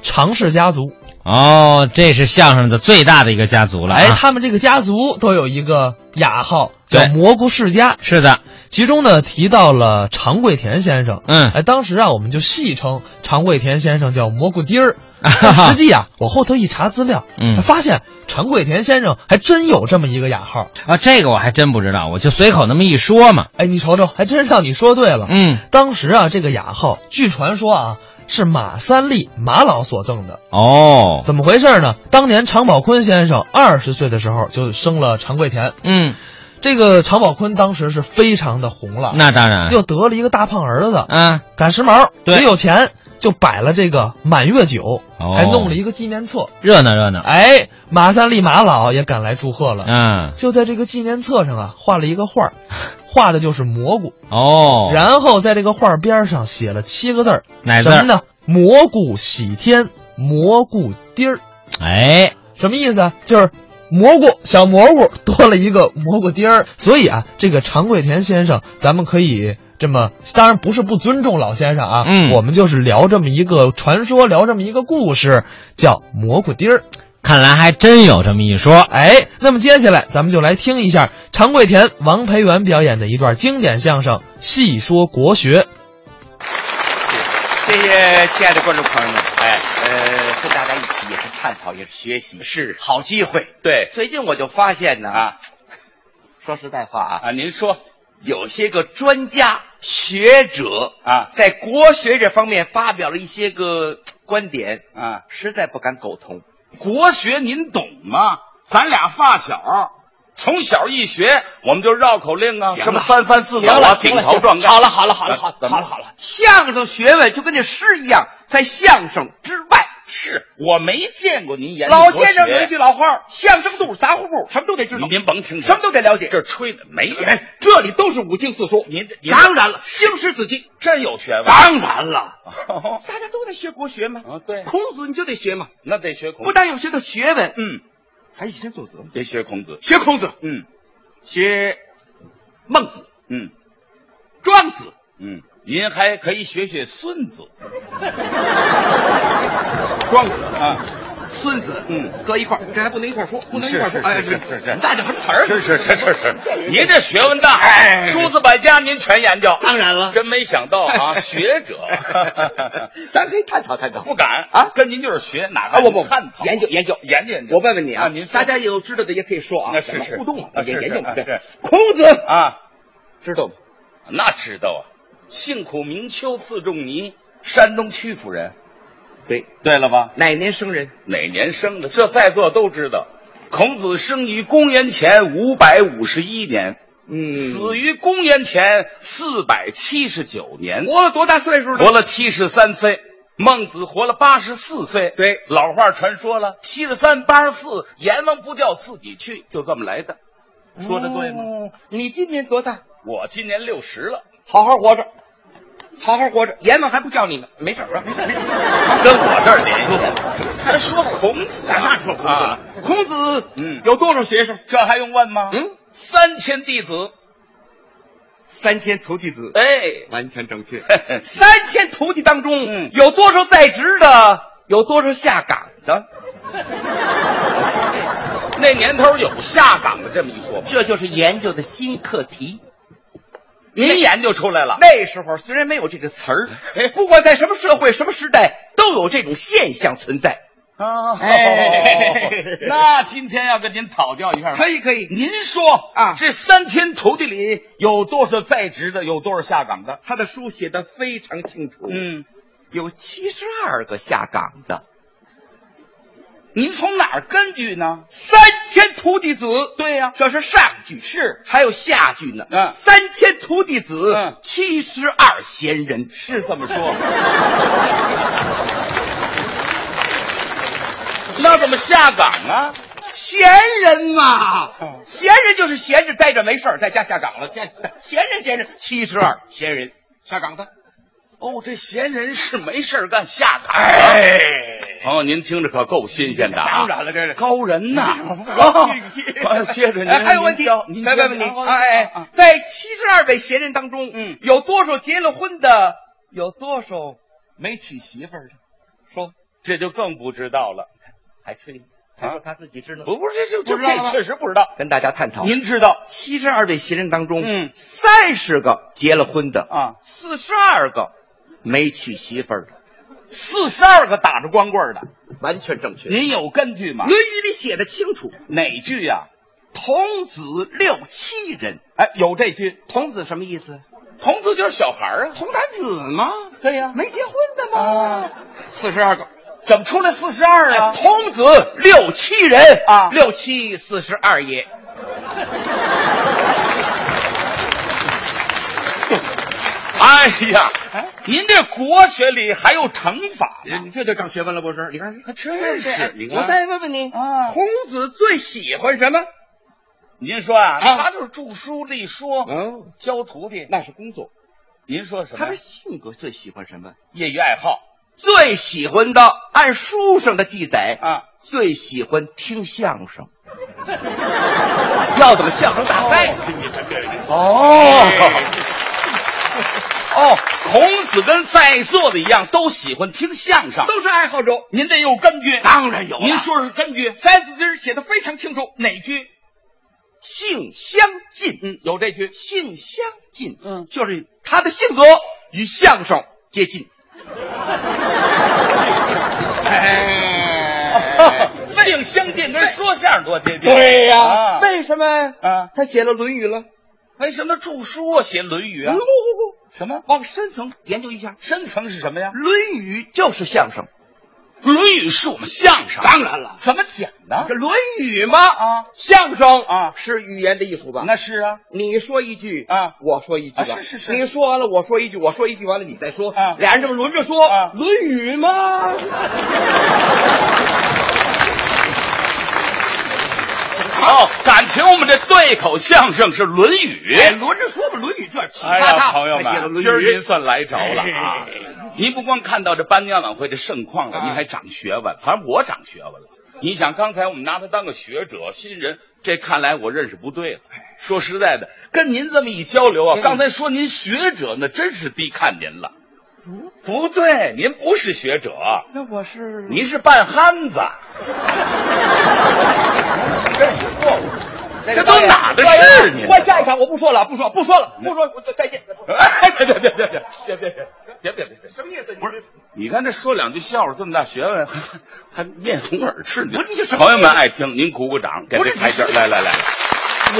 常氏家族。哦，这是相声的最大的一个家族了、啊。哎，他们这个家族都有一个雅号，叫对蘑菇世家。是的，其中呢提到了常贵田先生，嗯，哎，当时啊我们就戏称常贵田先生叫蘑菇丁 儿，但实际啊我后头一查资料，嗯发现常贵田先生还真有这么一个雅号。啊，这个我还真不知道，我就随口那么一说嘛。哎，你瞅瞅，还真让你说对了。嗯，当时啊这个雅号，据传说啊是马三立马老所赠的。哦，怎么回事呢？当年常宝坤先生二十岁的时候就生了常贵田，嗯，这个常宝坤当时是非常的红了，那当然，又得了一个大胖儿子，啊，赶时髦，对也有钱，就摆了这个满月酒，哦还弄了一个纪念册。热闹热闹。哎，马三立马老也赶来祝贺了，嗯，就在这个纪念册上啊，画了一个 画儿，画的就是蘑菇，哦，然后在这个画儿边上写了七个字儿，哪什字么儿？呢？蘑菇喜天，蘑菇丁儿，哎，什么意思啊？就是。蘑菇小蘑菇多了一个蘑菇丁儿，所以啊，这个常贵田先生，咱们可以这么，当然不是不尊重老先生啊，嗯我们就是聊这么一个传说，聊这么一个故事，叫蘑菇丁儿。看来还真有这么一说。哎，那么接下来咱们就来听一下常贵田、王培元表演的一段经典相声《戏说国学》。谢谢亲爱的观众朋友们，哎，呃，跟大家一起也是探讨，也是学习，是好机会。对最近我就发现呢，啊，说实在话啊，啊，您说有些个专家学者啊在国学这方面发表了一些个嘖观点，啊，实在不敢苟同。国学您懂吗？咱俩发小，从小一学我们就绕口令啊，行了什么三翻四抖行啊，了顶行了头撞盖。好了好了好了好了怎好么了好了，相声学问就跟那诗一样，在相声之外是。我没见过您演老先生有一句老话儿：相声肚、杂货铺，什么都得知道。您您甭听什么都得了解。这吹的没有，哎这里都是五经四书，您这您当然了，兴师自纪，真有学问。 当然了，嗯哦大家都在学国学嘛。啊，对，孔子你就得学嘛，那得学孔不子，但要学到学问，嗯，还以身作则嘛。得学孔子，学孔子，嗯学孟子、嗯庄子，嗯，您还可以学学孙子庄子、啊，孙子，嗯，搁一块儿，这还不能一块儿说，不能一块儿是说。是哎，是是是那叫什么词儿？是是是是是， 您这学问大，哎啊诸子百家您全研究，当然了，真没想到哎 啊，学 者咱可以探讨探讨。不敢啊跟您就是学，哪啊，还我不探讨研究研究研究研究。我问问你啊，您说大家有知道的也可以说啊，那是咱们是互动啊啊，也是研究是嘛。啊对是，孔子啊，知道吗？那知道啊，幸苦明秋自仲尼，山东曲阜人，对，对了吧？哪年生人？哪年生的？这在座都知道。孔子生于公元前五百五十一年，嗯死于公元前四百七十九年。活了多大岁数活了？了七十三岁。孟子活了八十四岁，对老话传说了，七十三八十四，阎王不叫自己去，就这么来的，说的对吗？哦？你今年多大？我今年六十了，好好活着，好好活着，阎王还不叫你呢，没事儿啊，没事儿没事儿。跟我这儿联系，还说孔子啊，那说 不啊，对，孔子嗯有多少学生？这还用问吗？嗯，三千弟子，三千徒弟子，哎，完全正确。嘿嘿三千徒弟当中，嗯有多少在职的？有多少下岗的？那年头有下岗的这么一说吗？这就是研究的新课题。您研究出来了，那时候虽然没有这个词儿，不管在什么社会、什么时代，都有这种现象存在。啊哎 那今天要跟您讨教一下吧，可以，可以，您说啊这三千徒弟里有多少在职的，有多少下岗的？他的书写的非常清楚。，嗯，有七十二个下岗的，您从哪儿根据呢？三千徒弟子。对呀这是上句，是还有下句呢。嗯三千徒弟子嗯，七十二贤人。是这么 说。那怎么下岗啊？闲哦人嘛，闲人就是闲着待着没事儿，在家下岗了。闲闲人闲人，七十二闲人下岗的。哦，这闲人是没事儿干下岗。哎，朋友，您听着可够新鲜的啊！当然了，这是。高人呐！ 哦啊接着您，哎还有问题您教，您再问问你，您教啊哎哎，在七十二位闲人当中，嗯有多少结了婚的？有多少没娶媳妇儿的？说，这就更不知道了。还吹，还说他自己知道，不不是，这不这知道了这吗确实不知道。跟大家探讨。啊您知道七十二位新人当中，嗯三十个结了婚的，啊？四十二个没娶媳妇儿的，四十二个打着光棍儿的，完全正确。《您有根据吗论？语》里写的清楚，哪句呀、童子六七人。哎，有这句，童子什么意思？童子就是小孩儿啊。童男子吗？对呀没结婚的吗？四十二个。哎怎么出来四十二啊？童子六七人啊六七四十二也。哎呀，您这国学里还有乘法呢。你这就长学问了不是？你看，啊真是你看我再问问你，啊孔子最喜欢什么？您说啊，啊他就是著书立说，嗯，教徒弟。那是工作。您说什他么的呀？性格最喜欢什么？业余爱好最喜欢的，按书上的记载，啊？最喜欢听相声。要怎么相声大赛？哦。哦，孔子跟在座的一样，都喜欢听相声。都是爱好者。您这有啊根据？当然有了啊您说是根据《三字经》写的非常清楚，哪句？性相近。嗯，有这句。性相近，嗯就是他的性格与相声接近。 哎性相近跟说相声多接近。对呀、啊为什么啊，他写了《论语》了？为什么著书啊写《论语》不啊不？不不，什么往深层研究一下，深层是什么呀《论语》就是相声。 《论语》是我们相声，当然了怎么讲的这？《论语》嘛，啊相声啊是语言的艺术吧？那是啊，你说一句啊我说一句吧，啊是是是你说完了，我说一句，我说一句，完了你再说，啊俩人这么轮着说，啊论语》吗？哦，感情我们这对口相声是《论语哎，》。轮着说吧，《论语》这奇哎葩呀，大，朋友还写了《们，论今儿语您》。算来着了啊！您不光看到这颁奖晚会的盛况了，啊您还长学问，反正我长学问了。你想，刚才我们拿他当个学者、新人，这看来我认识不对了。说实在的，跟您这么一交流啊，哎嗯刚才说您学者，那真是低看您了。不对，您不是学者，那我是您是半憨子。 这都哪的事你换下一啊场，我不说了，不说，不说了，不说，我再见。哎，别别别别别别别别别别别！什么意思？不是，你看这说两句笑话这么大学问，还还面红耳赤呢。不是你什么朋友们爱听，您鼓鼓掌，给不他是台阶儿。来来来，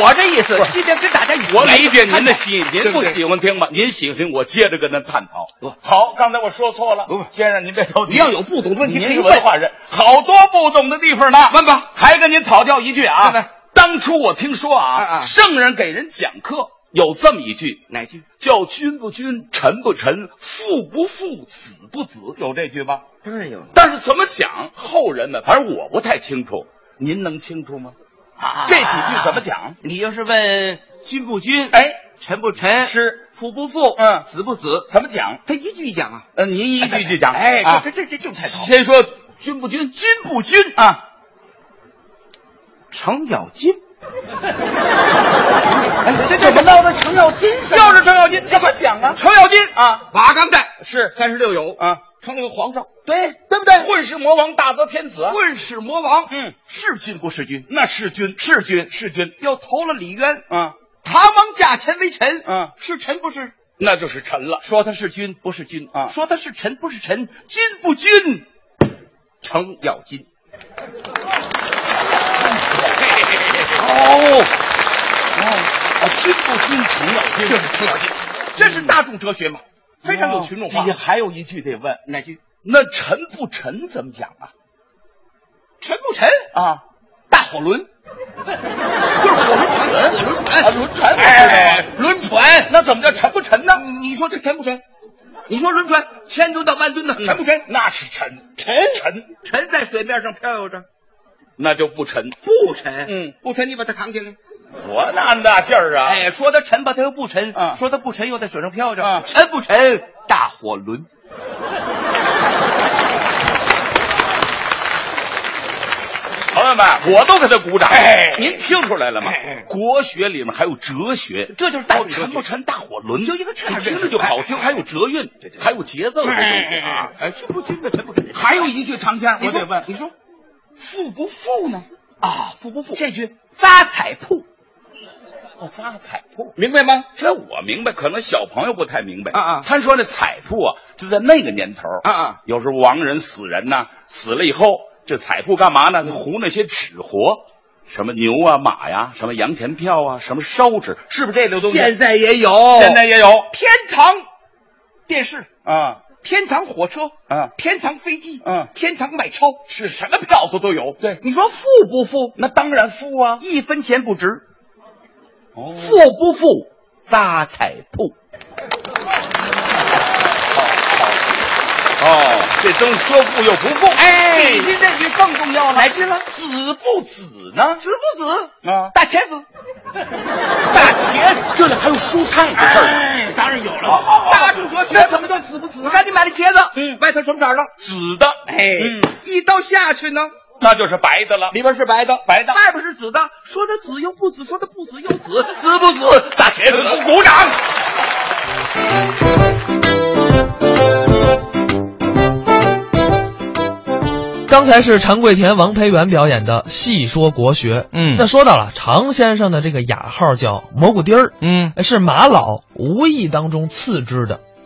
我这意思，今天跟大家我理解您的心意，对您不不对喜欢听吧？您喜欢听，我接着跟他探讨不。好，刚才我说错了，不先生您别着急，你要有不懂的问题您可以是问文化人，好多不懂的地方呢。问吧，还跟您讨教一句问问啊。当初我听说啊啊啊，圣人给人讲课有这么一句，哪句？叫君不君，臣不臣，父不父，子不子，有这句吧？当然有了。但是怎么讲，后人呢？反正我不太清楚，您能清楚吗？这几句怎么讲？啊你要是问君不君，，哎，臣不臣，是父不父，嗯子不子，怎么讲？他一句一讲啊。呃，您一句一句讲。哎，啊这这这这太好。先说君不君，君不君啊？程咬金，哎这怎么闹到程咬金上？就是程咬金，怎么讲啊？程咬金啊，瓦岗寨是三十六友，啊，成了个皇上，对对不对？混世魔王，大德天子。啊混世魔王，嗯，是君不是君？那是君，是君，是君又投了李渊，啊，唐王驾前为臣，嗯是臣不是？那就是臣了。说他是君不是君啊说他是臣不是臣，君不君，程咬金。哦，哦，君不君，臣啊咬这金是程咬金，这是大众哲学嘛，非常有群众化你。哦还有一句得问，哪句？那臣不臣怎么讲啊？臣不臣，啊，大火轮，就是火轮船，火轮船，啊轮船我知道哎，轮船。那怎么叫臣不臣呢？你你说这沉不沉？你说轮船千吨到万吨的沉不沉？嗯那是臣，沉臣，沉在水面上漂悠着，那就不臣。不沉。嗯，不沉，你把它扛起来。多难大劲儿啊！哎，说它沉吧，它又不沉；啊说它不沉，又在水上漂着。啊沉不沉？大火轮。朋友友们，我都给他鼓掌哎。您听出来了吗哎哎？国学里面还有哲学，这就是大到宇底宙沉不沉大火轮，就一个沉你听着就好听，哎还有哲韵，还有节奏这东西啊。哎，这不真的真不真的。还有一句长腔你我说得问，你说富不富呢？啊，富不富？这句发财铺，哦，发彩铺，明白吗？这我明白，可能小朋友不太明白啊啊他说那彩铺啊，就在那个年头啊啊，有时候亡人死人呐、死了以后，这彩铺干嘛呢？嗯糊那些纸活，什么牛啊、马呀、什么洋钱票啊、什么烧纸，是不是这类东西？现在也有，现在也有天堂电视、啊天堂火车、啊，天堂飞机、嗯天堂买超，是什么票子都有。对你说富不富？那当然富啊。一分钱不值，哦富不富？发财铺。哦，这东西说富又不富，哎比比起起这句更重要了。来劲了，子不子呢？子不子？啊大茄子，大茄子。这里还有蔬菜的事儿呢。哎，当然有了大大众哲学什么叫子不子？我赶紧买的茄子，嗯，外头什么色儿的？紫的，哎嗯，一刀下去呢，那就是白的了。里边是白的，啊白的外边是紫的。说它紫又不紫，说它不紫又紫，紫不紫？大茄子。鼓掌。刚才是常贵田、王培元表演的《细说国学》。嗯那说到了常先生的这个雅号叫蘑菇丁儿，嗯，是马老无意当中赐之的。